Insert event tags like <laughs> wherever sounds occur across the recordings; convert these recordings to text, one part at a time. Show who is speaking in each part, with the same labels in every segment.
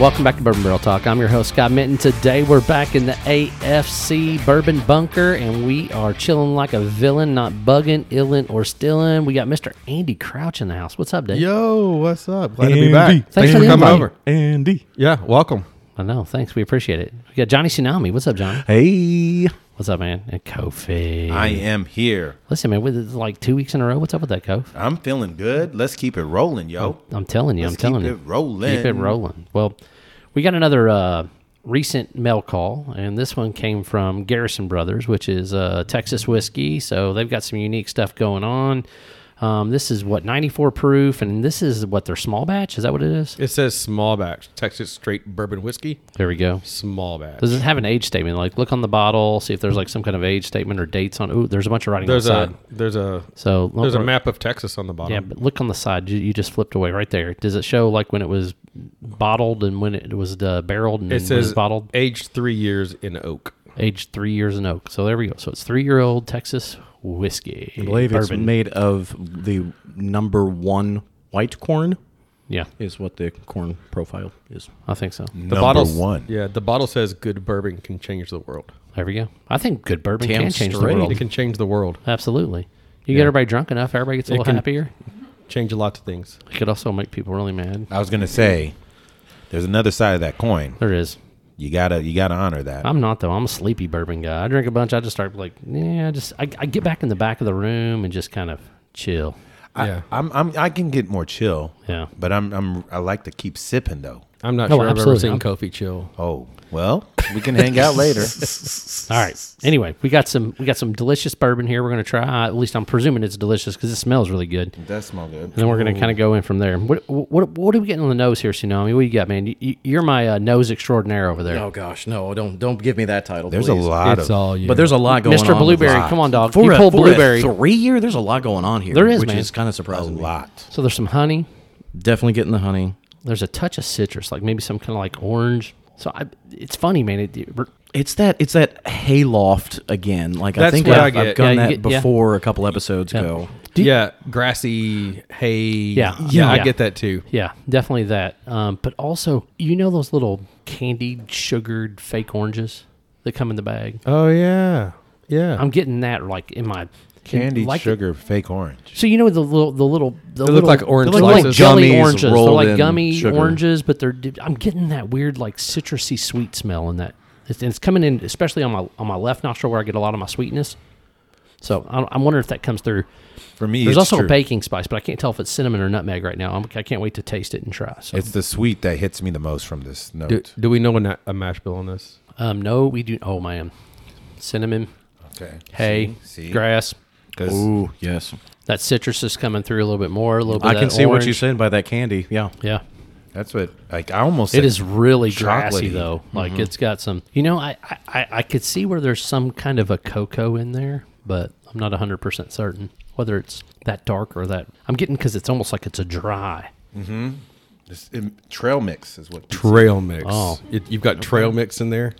Speaker 1: Welcome back to Bourbon Barrel Talk. I'm your host, Scott Minton. Today we're back in the AFC Bourbon Bunker and we are chilling like a villain, not bugging, illin', or stealing. We got Mr. Andy Crouch in the house. What's up, Dave?
Speaker 2: Yo, what's up? Glad to
Speaker 3: Andy.
Speaker 2: be back.
Speaker 3: Thanks
Speaker 2: Thanks
Speaker 1: for
Speaker 2: for
Speaker 1: the
Speaker 2: coming
Speaker 1: invite.
Speaker 2: over.
Speaker 3: Andy.
Speaker 2: Yeah, welcome.
Speaker 1: I know. Thanks. We appreciate it. We got Johnny Tsunami. What's up, Johnny?
Speaker 3: Hey.
Speaker 1: What's up, man? And Kofi.
Speaker 4: I am here.
Speaker 1: Listen, man, with it's like two weeks in a row. What's up with that, Kof?
Speaker 4: I'm feeling good. Let's keep it rolling, yo.
Speaker 1: I'm telling you.
Speaker 4: Let's
Speaker 1: Oh, I'm telling
Speaker 4: keep
Speaker 1: you.
Speaker 4: it rolling.
Speaker 1: Keep it rolling. Well, we got another uh, recent mail call, and this one came from Garrison Brothers, which is uh, Texas whiskey. So they've got some unique stuff going on. Um, this is what 94 proof, and this is what their small batch. Is that what it is?
Speaker 2: It says small batch, Texas straight bourbon whiskey.
Speaker 1: There we go.
Speaker 2: Small batch.
Speaker 1: Does it have an age statement? Like, look on the bottle, see if there's like some kind of age statement or dates on. Ooh, there's a bunch of writing
Speaker 2: There's
Speaker 1: on the side.
Speaker 2: a there's a
Speaker 1: So
Speaker 2: there's a
Speaker 1: look-
Speaker 2: map of Texas on the bottom.
Speaker 1: Yeah, but look on the side. You, you just flipped away right there. Does it show like when it was bottled and when it was uh, barreled and
Speaker 2: it
Speaker 1: when it was
Speaker 2: says
Speaker 1: bottled?
Speaker 2: aged three years in oak.
Speaker 1: Aged three years in oak. So there we go. So it's three year old Texas whiskey.
Speaker 3: I believe it's
Speaker 1: bourbon.
Speaker 3: made of the number one white corn,
Speaker 1: Yeah,
Speaker 3: is what the corn profile is.
Speaker 1: I think so.
Speaker 2: The
Speaker 4: Number
Speaker 2: bottle
Speaker 4: one.
Speaker 2: Yeah, the bottle says good bourbon can change the world.
Speaker 1: There we go. I think good bourbon
Speaker 3: Damn
Speaker 1: can change
Speaker 3: straight.
Speaker 1: the
Speaker 2: It
Speaker 1: world.
Speaker 2: can change the world.
Speaker 1: Absolutely. You get everybody drunk enough, everybody gets a little
Speaker 2: can-
Speaker 1: happier.
Speaker 2: Change a lot of things.
Speaker 1: It could also make people really mad.
Speaker 4: I was gonna say, there's another side of that coin.
Speaker 1: There is.
Speaker 4: You gotta, you gotta honor that.
Speaker 1: I'm not though. I'm a sleepy bourbon guy. I drink a bunch. I just start like, yeah. I just I, I get back in the back of the room and just kind of chill.
Speaker 4: I,
Speaker 2: yeah.
Speaker 4: I'm, I'm, I can get more chill.
Speaker 1: Yeah.
Speaker 4: But I'm, I'm, I like to keep sipping though.
Speaker 2: I'm not
Speaker 1: No,
Speaker 2: sure I've ever
Speaker 1: Oh, absolutely
Speaker 2: seen
Speaker 1: not.
Speaker 2: Kofi chill.
Speaker 4: Oh, well, we can hang
Speaker 1: <laughs>
Speaker 4: out later.
Speaker 1: All right. Anyway, we got some we got some delicious bourbon here. We're gonna try. Uh, at least I'm presuming it's delicious because it smells really good. And
Speaker 4: That smell good.
Speaker 1: then we're gonna kind of go in from there. What what what are we getting on the nose here, Tsunami? What do you got, man? You- You, you're my uh, nose extraordinaire over there,
Speaker 3: Oh gosh, no! Don't don't give me that title.
Speaker 4: There's
Speaker 3: please.
Speaker 4: a lot
Speaker 2: It's
Speaker 4: of.
Speaker 2: all you.
Speaker 3: but there's a lot going on.
Speaker 1: Mr.
Speaker 3: with
Speaker 1: Blueberry.
Speaker 3: this.
Speaker 1: Come on, dog.
Speaker 3: For
Speaker 1: you
Speaker 3: a,
Speaker 1: pulled
Speaker 3: for a
Speaker 1: blueberry.
Speaker 3: three year. There's a lot going on here.
Speaker 1: There is,
Speaker 3: which
Speaker 1: man.
Speaker 3: is kind of
Speaker 4: a
Speaker 3: surprising. me.
Speaker 4: lot.
Speaker 1: so there's some honey.
Speaker 3: Definitely getting the honey.
Speaker 1: There's a touch of citrus, like maybe some kind of like orange. So I, it's funny, man. It, it-
Speaker 3: It's that it's that hayloft again. Like I
Speaker 2: That's
Speaker 3: think
Speaker 2: what
Speaker 3: I've,
Speaker 2: I get.
Speaker 3: I've done
Speaker 1: Yeah, you
Speaker 3: that
Speaker 1: get- yeah.
Speaker 3: before a couple episodes ago.
Speaker 2: yeah, grassy hay.
Speaker 1: Yeah.
Speaker 2: yeah,
Speaker 1: Yeah.
Speaker 2: I get that too.
Speaker 1: yeah, definitely that. Um, but also, you know those little candied, sugared fake oranges that come in the bag.
Speaker 2: Oh yeah, yeah.
Speaker 1: I'm getting that like in my
Speaker 4: Candy
Speaker 1: like it.
Speaker 4: sugar, fake orange.
Speaker 1: So you know the little, the little, the
Speaker 2: They
Speaker 1: little,
Speaker 2: look like orange
Speaker 1: They look like
Speaker 2: slices.
Speaker 1: jelly
Speaker 3: Gummies
Speaker 1: oranges. They're
Speaker 3: rolled
Speaker 1: like
Speaker 3: in
Speaker 1: gummy
Speaker 3: sugar.
Speaker 1: oranges, but they're. I'm getting that weird, like citrusy sweet smell in that. It's, it's coming in, especially on my on my left nostril where I get a lot of my sweetness. So I'm, I'm wondering if that comes through.
Speaker 4: For me,
Speaker 1: There's
Speaker 4: it's
Speaker 1: also
Speaker 4: true.
Speaker 1: a baking spice, but I can't tell if it's cinnamon or nutmeg right now. I'm, I can't wait to taste it and try. So
Speaker 4: It's the sweet that hits me the most from this note.
Speaker 2: do, do we know a, na- a mash bill on this?
Speaker 1: um, no, we do. Oh man, cinnamon,
Speaker 4: Okay.
Speaker 1: hay,
Speaker 4: See? See?
Speaker 1: grass.
Speaker 4: 'Cause
Speaker 3: Ooh, yes.
Speaker 1: That citrus is coming through a little bit more. A little bit.
Speaker 3: I
Speaker 1: of
Speaker 3: can
Speaker 1: that
Speaker 3: see what you
Speaker 1: orange.
Speaker 3: said by that candy. Yeah.
Speaker 1: Yeah.
Speaker 4: That's what like I almost
Speaker 1: It
Speaker 4: said
Speaker 1: is really grassy
Speaker 4: chocolatey.
Speaker 1: though. Like it's got some. You know, I, I- I I could see where there's some kind of a cocoa in there, but I'm not 100 percent certain whether it's that dark or that. I'm getting because it's almost like it's a dry.
Speaker 4: This- um, trail mix is what
Speaker 2: Trail mix.
Speaker 1: Oh.
Speaker 2: It- you've got trail mix in there.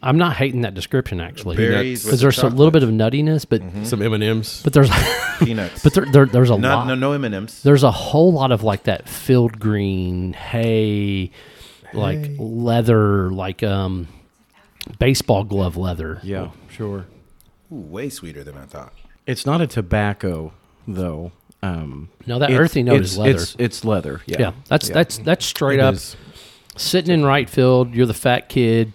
Speaker 1: I'm not hating that description actually,
Speaker 4: Berries with
Speaker 1: because there's a
Speaker 4: chocolate.
Speaker 1: little bit of nuttiness, but
Speaker 2: Some M and M's.
Speaker 1: but there's <laughs>
Speaker 4: peanuts.
Speaker 1: but there, there there's a lot.
Speaker 4: not no no M and M's.
Speaker 1: There's a whole lot of like that field green hay, like leather, like um, baseball glove leather.
Speaker 3: Yeah. Sure.
Speaker 4: Way sweeter than I thought.
Speaker 3: It's not a tobacco though. Um,
Speaker 1: No, that
Speaker 3: it-
Speaker 1: earthy note
Speaker 3: it's,
Speaker 1: is leather.
Speaker 3: It's, it's leather. Yeah.
Speaker 1: Yeah, that's that's that's straight
Speaker 2: It
Speaker 1: up
Speaker 2: is.
Speaker 1: sitting in right field. You're the fat kid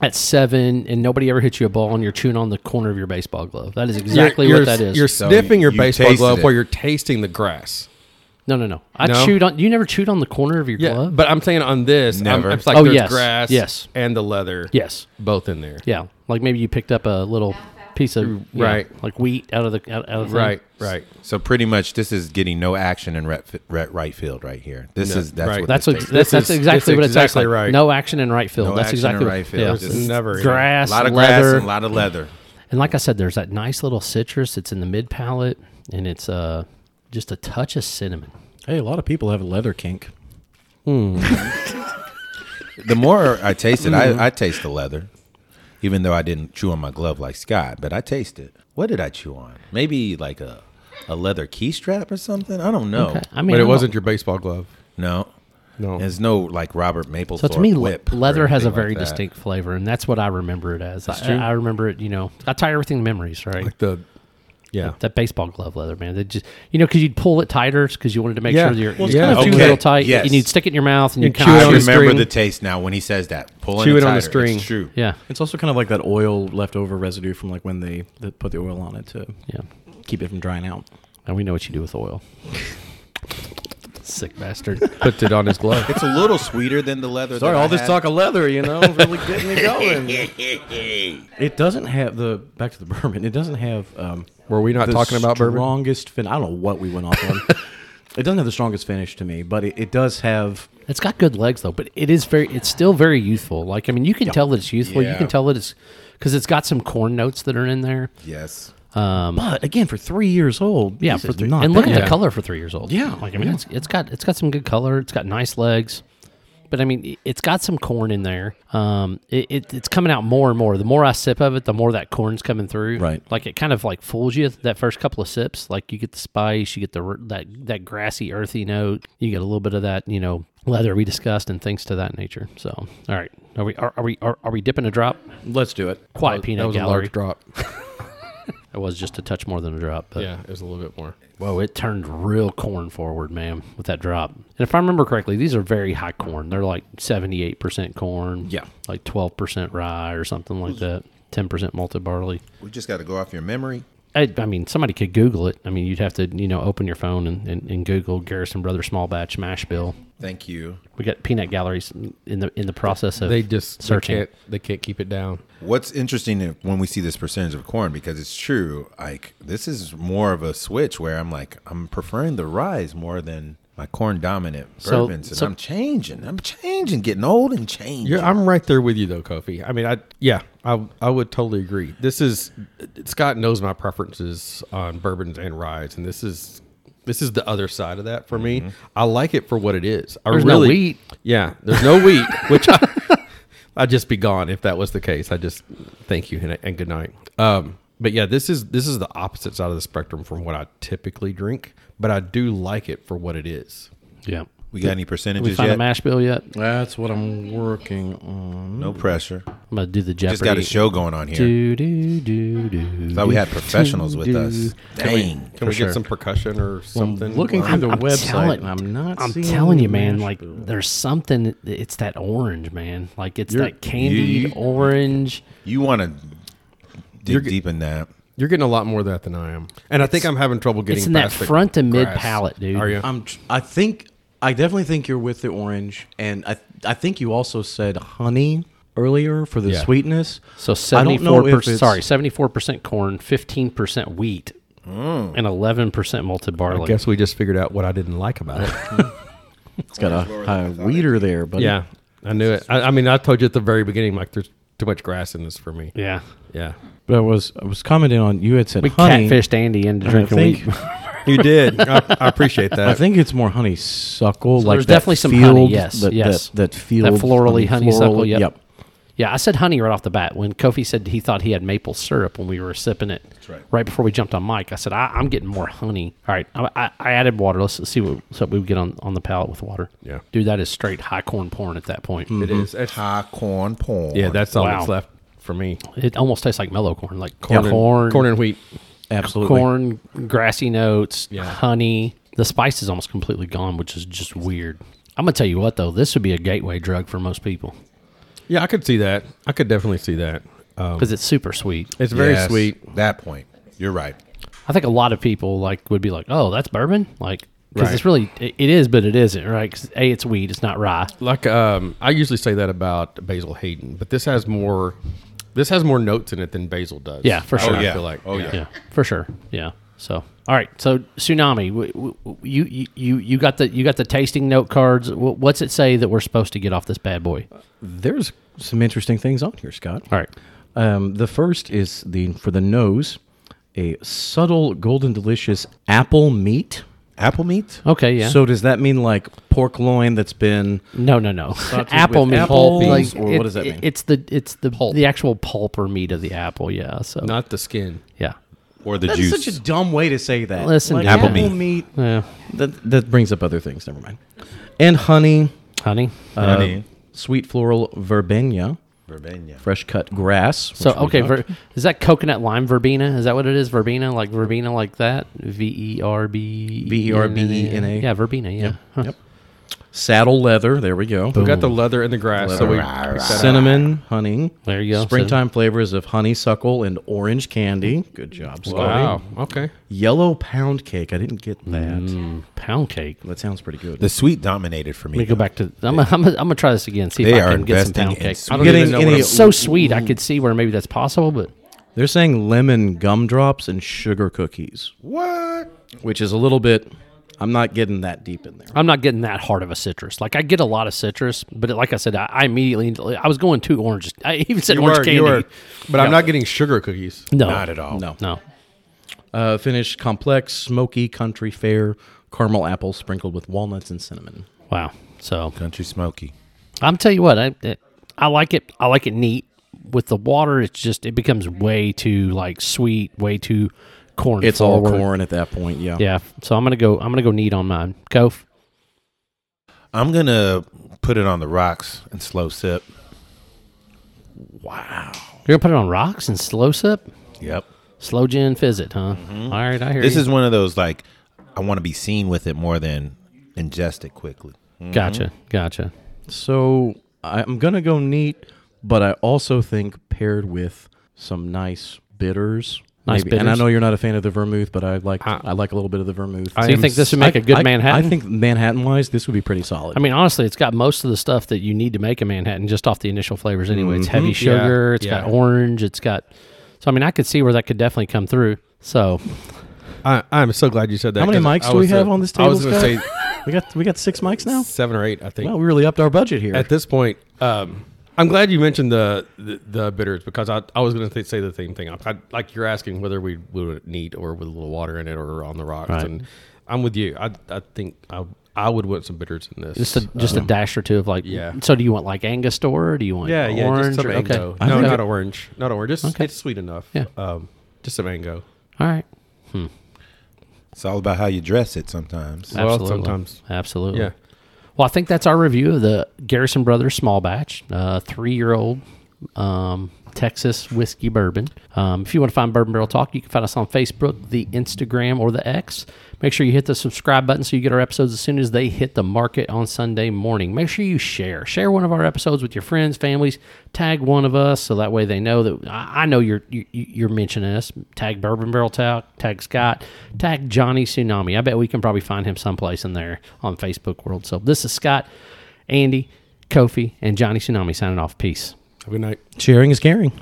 Speaker 1: at seven, and nobody ever hits you a ball, and you're chewing on the corner of your baseball glove. That is exactly
Speaker 2: You're-
Speaker 1: what that
Speaker 2: you're-
Speaker 1: is.
Speaker 2: You're
Speaker 4: So
Speaker 2: sniffing your
Speaker 4: you
Speaker 2: baseball
Speaker 4: tasted
Speaker 2: glove
Speaker 4: it.
Speaker 2: while you're tasting the grass.
Speaker 1: no, no, no. I
Speaker 2: No?
Speaker 1: chewed on. You never chewed on the corner of your
Speaker 2: Yeah,
Speaker 1: glove.
Speaker 2: but I'm saying on this, I'm-
Speaker 4: Never.
Speaker 2: I'm, it's like
Speaker 1: Oh,
Speaker 2: there's
Speaker 1: yes,
Speaker 2: grass,
Speaker 1: yes.
Speaker 2: and the leather,
Speaker 1: yes,
Speaker 2: both in there.
Speaker 1: yeah. Like maybe you picked up a little piece of you know,
Speaker 2: Mm, Right.
Speaker 1: like wheat out of the out, out of the thing.
Speaker 2: Right, right.
Speaker 4: So pretty much this is getting no action in ret, ret, right field right here. This
Speaker 2: No,
Speaker 4: is that's
Speaker 2: right.
Speaker 4: what
Speaker 1: That's
Speaker 4: this
Speaker 1: what
Speaker 4: tastes
Speaker 1: that's,
Speaker 2: This
Speaker 1: that's
Speaker 2: is-
Speaker 1: exactly
Speaker 2: that's
Speaker 1: what it's
Speaker 2: exactly
Speaker 1: like.
Speaker 2: right.
Speaker 1: No action in right field.
Speaker 4: No
Speaker 1: that's
Speaker 4: action
Speaker 1: exactly
Speaker 4: in
Speaker 1: what-
Speaker 4: right field.
Speaker 1: yeah.
Speaker 4: Just
Speaker 2: Never, yeah.
Speaker 1: grass,
Speaker 4: like. A lot of
Speaker 1: leather,
Speaker 4: grass and a lot of leather.
Speaker 1: And like I said, there's that nice little citrus. It's in the mid palate, and it's uh, just a touch of cinnamon.
Speaker 3: Hey, a lot of people have a leather kink.
Speaker 4: The more I taste it,
Speaker 2: Mm-hmm.
Speaker 4: I, I taste the leather. Even though I didn't chew on my glove like Scott, but I taste it. What did I chew on? Maybe like a a leather key strap or something? I don't know.
Speaker 1: I mean,
Speaker 2: but it
Speaker 1: I'm
Speaker 2: wasn't your baseball glove.
Speaker 4: No.
Speaker 2: No.
Speaker 4: There's no like Robert Mapplethorpe
Speaker 1: So to me, le-
Speaker 4: whip or
Speaker 1: leather has a
Speaker 4: anything like
Speaker 1: very
Speaker 4: that.
Speaker 1: distinct flavor, and that's what I remember it as. I,
Speaker 2: true.
Speaker 1: I remember it, you know, I tie everything to memories, right?
Speaker 2: Like the
Speaker 1: <laughs>
Speaker 2: yeah.
Speaker 1: that baseball glove leather, man. They just, you know, because you'd pull it tighter because you wanted to make
Speaker 2: Yeah.
Speaker 1: sure that you're
Speaker 2: Well,
Speaker 1: well,
Speaker 2: it's
Speaker 1: kind
Speaker 2: kinda
Speaker 1: of too
Speaker 4: okay.
Speaker 1: little tight,
Speaker 4: Yes.
Speaker 1: and you'd stick it in your mouth and
Speaker 2: You
Speaker 1: you'd
Speaker 2: chew
Speaker 1: kind
Speaker 2: it
Speaker 4: I
Speaker 2: on
Speaker 1: of,
Speaker 2: a
Speaker 4: remember
Speaker 2: string.
Speaker 4: the taste now when he says that. Pulling
Speaker 2: Chew
Speaker 4: it,
Speaker 2: it on a
Speaker 4: tighter.
Speaker 2: string.
Speaker 4: It's true.
Speaker 1: yeah,
Speaker 3: It's also kind of like that oil leftover residue from like when they, they put the oil on it to
Speaker 1: yeah.
Speaker 3: keep it from drying out.
Speaker 1: And we know what you do with oil. <laughs> Sick bastard.
Speaker 2: Puts it on his glove.
Speaker 4: It's a little sweeter than the leather.
Speaker 3: Sorry,
Speaker 4: that I
Speaker 3: all this
Speaker 4: had.
Speaker 3: talk of leather, you know, really getting me going. <laughs> it doesn't have the back to the <laughs> bourbon. It doesn't have. Um,
Speaker 2: Were we not
Speaker 3: the
Speaker 2: talking about bourbon?
Speaker 3: Strongest fin. I don't know what we went off <laughs> on. it doesn't have the strongest finish to me, but it, it does have.
Speaker 1: It's got good legs though, but it is very. It's still very youthful. Like I mean, you can tell that it's youthful. You
Speaker 4: Yeah.
Speaker 1: can tell that it's because it's got some corn notes that are in there.
Speaker 4: Yes.
Speaker 3: But again, for three years old,
Speaker 1: Yeah,
Speaker 3: this
Speaker 1: for
Speaker 3: is
Speaker 1: three,
Speaker 3: not
Speaker 1: and look at
Speaker 3: bad.
Speaker 1: the color for three years old.
Speaker 3: Yeah,
Speaker 1: like I mean, it's it's got it's got some good color. It's got nice legs, but I mean, it's got some corn in there. Um, it, it it's coming out more and more. The more I sip of it, the more that corn's coming through.
Speaker 3: Right.
Speaker 1: like it kind of like fools you that first couple of sips. Like you get the spice, you get the r- that that grassy, earthy note. You get a little bit of that, you know, leather we discussed and things to that nature. So, all right, are we are, are we are, are we dipping a drop?
Speaker 3: Let's do it.
Speaker 1: Quiet
Speaker 2: that
Speaker 1: peanut
Speaker 2: was a
Speaker 1: gallery.
Speaker 2: large drop.
Speaker 1: It was just a touch more than a drop, but
Speaker 2: yeah, it was a little bit more.
Speaker 1: Whoa, it turned real corn forward, man, with that drop. And if I remember correctly, these are very high corn. They're like 78% corn.
Speaker 3: Yeah.
Speaker 1: Like 12% rye or something
Speaker 4: Mm.
Speaker 1: like that. 10% malted barley.
Speaker 4: We just got to go off your memory.
Speaker 1: I, I mean, somebody could Google it. I mean, you'd have to, you know, open your phone and, and, and Google Garrison Brothers Small Batch Mash Bill.
Speaker 4: Thank you.
Speaker 1: We got peanut galleries in the in the process of
Speaker 2: They just
Speaker 1: searching.
Speaker 2: They can't, they can't keep it down.
Speaker 4: What's interesting if- when we see this percentage of corn because it's true. Like this is more of a switch where I'm like I'm preferring the rise more than my corn dominant
Speaker 1: So-
Speaker 4: bourbons, and
Speaker 1: so-
Speaker 4: I'm changing. I'm changing, getting old and changing.
Speaker 2: You're, I'm right there with you though, Kofi. I mean, I yeah, I I would totally agree. This is Scott knows my preferences on bourbons and ryes, and this is this is the other side of that for me. I like it for what it is. I
Speaker 1: Mm-hmm. There's no
Speaker 2: really
Speaker 1: wheat.
Speaker 2: Yeah, there's no
Speaker 1: <laughs>
Speaker 2: wheat, which I, I'd just be gone if that was the case. I just thank you and, and good night. Um, but yeah, this is this is the opposite side of the spectrum from what I typically drink, but I do like it for what it is.
Speaker 1: Yeah.
Speaker 4: we got any
Speaker 1: Did we
Speaker 4: percentages
Speaker 1: find
Speaker 4: yet?
Speaker 1: a mash bill yet? I'm
Speaker 3: That's what I'm working on.
Speaker 4: no pressure.
Speaker 1: going to do the Jeopardy.
Speaker 4: Just got a show going on here.
Speaker 1: Do, do, do, do,
Speaker 4: Thought we
Speaker 1: do,
Speaker 4: had professionals with
Speaker 1: do.
Speaker 4: us. Dang.
Speaker 2: Can we get some percussion or something?
Speaker 3: Looking through the website,
Speaker 1: telling-
Speaker 3: and I'm not.
Speaker 1: I'm
Speaker 3: seeing
Speaker 1: telling you,
Speaker 3: the
Speaker 1: man.
Speaker 3: mash
Speaker 1: Like,
Speaker 3: bill.
Speaker 1: there's something. It's that orange, man. Like, it's
Speaker 2: You're-
Speaker 1: that candied
Speaker 4: you-
Speaker 1: orange.
Speaker 4: You want to
Speaker 2: You're
Speaker 4: dig
Speaker 2: g-
Speaker 4: deep in that.
Speaker 2: You're getting a lot more of that than I am, and I think I'm having trouble getting
Speaker 1: It's in that
Speaker 2: past the
Speaker 1: front to mid
Speaker 2: grass.
Speaker 1: palate, dude.
Speaker 2: Are you?
Speaker 3: I'm. Tr- I think. I definitely think you're with the orange, and I. I think you also said honey earlier for the
Speaker 2: Yeah.
Speaker 3: sweetness.
Speaker 1: So
Speaker 3: I don't know
Speaker 1: 74.
Speaker 3: if
Speaker 1: percent
Speaker 3: it's-
Speaker 1: sorry, 74 percent corn, 15 percent wheat,
Speaker 3: Mm.
Speaker 1: and 11 percent malted barley.
Speaker 2: I guess we just figured out what I didn't like about it.
Speaker 3: It's got a, a weeder there,
Speaker 2: <laughs>
Speaker 3: but
Speaker 2: yeah, I knew it. I, I mean, I told you at the very beginning, like there's too much grass in this for me.
Speaker 1: Yeah,
Speaker 2: Yeah,
Speaker 3: But I was. I was commenting on. You had said
Speaker 1: we
Speaker 3: honey.
Speaker 1: catfished Andy into
Speaker 3: I
Speaker 1: drinking
Speaker 3: think.
Speaker 1: wheat.
Speaker 2: you did. I, I appreciate that.
Speaker 3: I think it's more honeysuckle. like
Speaker 1: there's
Speaker 3: that
Speaker 1: definitely some
Speaker 3: field,
Speaker 1: honey, yes,
Speaker 3: That,
Speaker 1: yes.
Speaker 3: That, that
Speaker 1: That
Speaker 3: field.
Speaker 1: florally honeysuckle, yep.
Speaker 3: yep.
Speaker 1: Yeah, I said honey right off the bat. When Kofi said he thought he had maple syrup when we were sipping it, That's
Speaker 4: right.
Speaker 1: before we jumped on Mike, I said I, I'm getting more honey. All right, I, I, I added water. Let's see what, so we get on on the palate with water.
Speaker 2: Yeah. Hmm.
Speaker 1: dude, that is straight high corn porn at that point.
Speaker 2: it is. That's-
Speaker 4: High corn porn.
Speaker 2: yeah, that's all that's
Speaker 1: Wow.
Speaker 2: left for me.
Speaker 1: It almost tastes like mellow corn, like
Speaker 2: Corn,
Speaker 1: corn,
Speaker 2: and,
Speaker 1: corn,
Speaker 2: corn and wheat.
Speaker 3: Absolutely.
Speaker 1: corn, grassy notes,
Speaker 2: Yeah.
Speaker 1: honey. The spice is almost completely gone, which is just weird. I'm gonna tell you what though, this would be a gateway drug for most people
Speaker 2: Yeah, I could see that. I could definitely see that. Um,
Speaker 1: because it's super sweet.
Speaker 2: it's very
Speaker 4: Yes,
Speaker 2: sweet.
Speaker 4: That point. You're right.
Speaker 1: I think a lot of people like would be like, "Oh, that's bourbon," like because
Speaker 2: Right.
Speaker 1: it's really it, it is, but it isn't, right? 'Cause a, it's weed, it's not rye.
Speaker 2: like um, I usually say that about Basil Hayden, but this has more. This has more notes in it than Basil does.
Speaker 1: Yeah, for
Speaker 2: I-
Speaker 1: sure.
Speaker 2: I
Speaker 4: yeah.
Speaker 2: feel like.
Speaker 4: Oh, yeah.
Speaker 1: Yeah, for sure. Yeah. So, all right. So, tsunami, w- w- you you- you you got the you got the tasting note cards. W- What's it say that we're supposed to get off this bad boy?
Speaker 3: There's some interesting things on here, Scott.
Speaker 1: All right.
Speaker 3: Um, the first is the for the nose, a subtle golden delicious apple meat.
Speaker 4: Apple meat?
Speaker 1: Okay. Yeah.
Speaker 3: So does that mean like pork loin that's been?
Speaker 1: no, no, no.
Speaker 3: Sausage
Speaker 1: <laughs> apple
Speaker 3: with
Speaker 1: meat.
Speaker 3: apples,
Speaker 1: like,
Speaker 3: or
Speaker 1: it-
Speaker 3: what does that
Speaker 1: it-
Speaker 3: mean?
Speaker 1: It's the it's the the actual pulp or meat of the apple. Yeah. So
Speaker 2: Not the skin.
Speaker 1: yeah.
Speaker 4: Or the
Speaker 3: That is
Speaker 4: juice?
Speaker 3: such a dumb way to say that.
Speaker 1: Listen,
Speaker 3: Like,
Speaker 1: Apple
Speaker 3: apple meat.
Speaker 4: meat.
Speaker 1: Yeah.
Speaker 3: That that brings up other things. Never mind. And honey. uh,
Speaker 1: honey.
Speaker 4: Honey.
Speaker 3: Sweet floral verbena,
Speaker 4: Verbena.
Speaker 3: fresh cut grass.
Speaker 1: So
Speaker 3: which we
Speaker 1: okay,
Speaker 3: got.
Speaker 1: ver- is that coconut lime verbena? Is that what it is? Verbena, like verbena, like that. V e r b
Speaker 3: V-E-R-B-E-N-A.
Speaker 1: Yeah, verbena. Yeah. Huh.
Speaker 3: Yep. saddle leather. There we go.
Speaker 2: We got the leather and the grass. So we picked that up.
Speaker 3: Cinnamon, honey.
Speaker 1: There you go.
Speaker 3: Springtime flavors of honeysuckle and orange candy. Good job, Scotty.
Speaker 2: Wow. Okay.
Speaker 3: Yellow pound cake. I didn't get that.
Speaker 1: Mm, pound cake.
Speaker 3: That sounds pretty good.
Speaker 4: The sweet dominated for me.
Speaker 1: Let me go
Speaker 4: though.
Speaker 1: back to. I'm gonna I'm, gonna- I'm gonna try this again. See if
Speaker 4: They
Speaker 1: I
Speaker 4: are
Speaker 1: can get some
Speaker 4: investing
Speaker 1: pound
Speaker 4: in
Speaker 1: cake.
Speaker 4: sweet.
Speaker 1: I don't
Speaker 2: Getting
Speaker 1: even know
Speaker 2: any-
Speaker 1: what I'm- it's so sweet. I could see where maybe that's possible, but
Speaker 3: They're saying lemon gumdrops and sugar cookies,
Speaker 4: What?
Speaker 3: which is a little bit. I'm not getting that deep in there.
Speaker 1: I'm not getting that hard of a citrus. Like I get a lot of citrus, but like I said, I, I immediately I was going two oranges. I even said
Speaker 2: You
Speaker 1: orange
Speaker 2: are-
Speaker 1: candy.
Speaker 2: you are- but I'm not getting sugar cookies.
Speaker 1: no,
Speaker 4: Not at all.
Speaker 3: Oh. No.
Speaker 1: No.
Speaker 3: Uh, finished complex, smoky, country fair, caramel apple sprinkled with walnuts and cinnamon.
Speaker 1: Wow. So
Speaker 4: Country smoky.
Speaker 1: I'm tell you what, I it- I like it. I like it neat with the water. It's just it becomes way too like sweet, way too corn.
Speaker 3: It's all
Speaker 1: forward.
Speaker 3: corn at that point. Yeah.
Speaker 1: Yeah. So I'm gonna go. I'm gonna go neat on mine. Kof.
Speaker 4: I'm gonna put it on the rocks and slow sip.
Speaker 1: You're gonna put it on rocks and slow sip,
Speaker 4: Yep.
Speaker 1: slow gin fizz it, huh? All right, I hear
Speaker 4: This
Speaker 1: you.
Speaker 4: is one of those like I want to be seen with it more than ingest it quickly.
Speaker 1: gotcha, gotcha.
Speaker 3: So I'm gonna go neat, but I also think paired with some nice bitters.
Speaker 1: Nice
Speaker 3: And I
Speaker 1: bitters.
Speaker 3: know you're not a fan of the vermouth, but I like I like a little bit of the vermouth.
Speaker 1: So you
Speaker 2: am
Speaker 1: think this would
Speaker 2: s-
Speaker 1: make a good
Speaker 3: I- I-
Speaker 1: Manhattan?
Speaker 3: I think Manhattan wise, this would be pretty solid.
Speaker 1: I mean, honestly, it's got most of the stuff that you need to make a Manhattan just off the initial flavors. Anyway, it's heavy sugar. It's got
Speaker 2: yeah.
Speaker 1: orange. It's got. So I mean, I could see where that could definitely come through. So
Speaker 2: I, I'm so glad you said that.
Speaker 3: How many
Speaker 2: 'cause
Speaker 3: mics
Speaker 2: I
Speaker 3: do we
Speaker 2: was, uh,
Speaker 3: have on this
Speaker 2: I was
Speaker 3: table,
Speaker 2: going to say
Speaker 3: Scott? we got we got six mics now.
Speaker 2: seven or eight. I think.
Speaker 3: Well, we really upped our budget here.
Speaker 2: at this point, um, I'm glad you mentioned the the, the bitters because I, I was going to say the same thing. I, I, like you're asking whether we would need or with a little water in it or on the rocks,
Speaker 1: Right.
Speaker 2: and I'm with you. I I think I I would want some bitters in this.
Speaker 1: just a just a dash or two of like.
Speaker 2: Um, yeah.
Speaker 1: So do you want like Angostura? Or do you want
Speaker 2: yeah, yeah,
Speaker 1: orange?
Speaker 2: just some
Speaker 1: or-
Speaker 2: mango.
Speaker 1: Okay.
Speaker 2: No,
Speaker 3: think
Speaker 2: not
Speaker 3: it-
Speaker 2: orange, not orange. Just it's sweet enough.
Speaker 1: Yeah.
Speaker 2: um, just a mango.
Speaker 1: All right.
Speaker 4: It's all about how you dress it sometimes.
Speaker 2: Well,
Speaker 1: Absolutely.
Speaker 2: sometimes.
Speaker 1: Absolutely.
Speaker 2: Yeah.
Speaker 1: Well, I think that's our review of the Garrison Brothers Small Batch, uh, three year old um, Texas whiskey bourbon. Um, if you want to find Bourbon Barrel Talk, you can find us on Facebook, the Instagram, or the X. Make sure you hit the subscribe button so you get our episodes as soon as they hit the market on Sunday morning. Make sure you share. Share one of our episodes with your friends, families. Tag one of us so that way they know that I I know you're you, you- you're mentioning us. Tag Bourbon Barrel Talk, tag Scott, tag Johnny Tsunami. I bet we can probably find him someplace in there on Facebook world. So this is Scott, Andy, Kofi, and Johnny Tsunami signing off. Peace.
Speaker 2: Have a good night.
Speaker 3: Sharing is caring.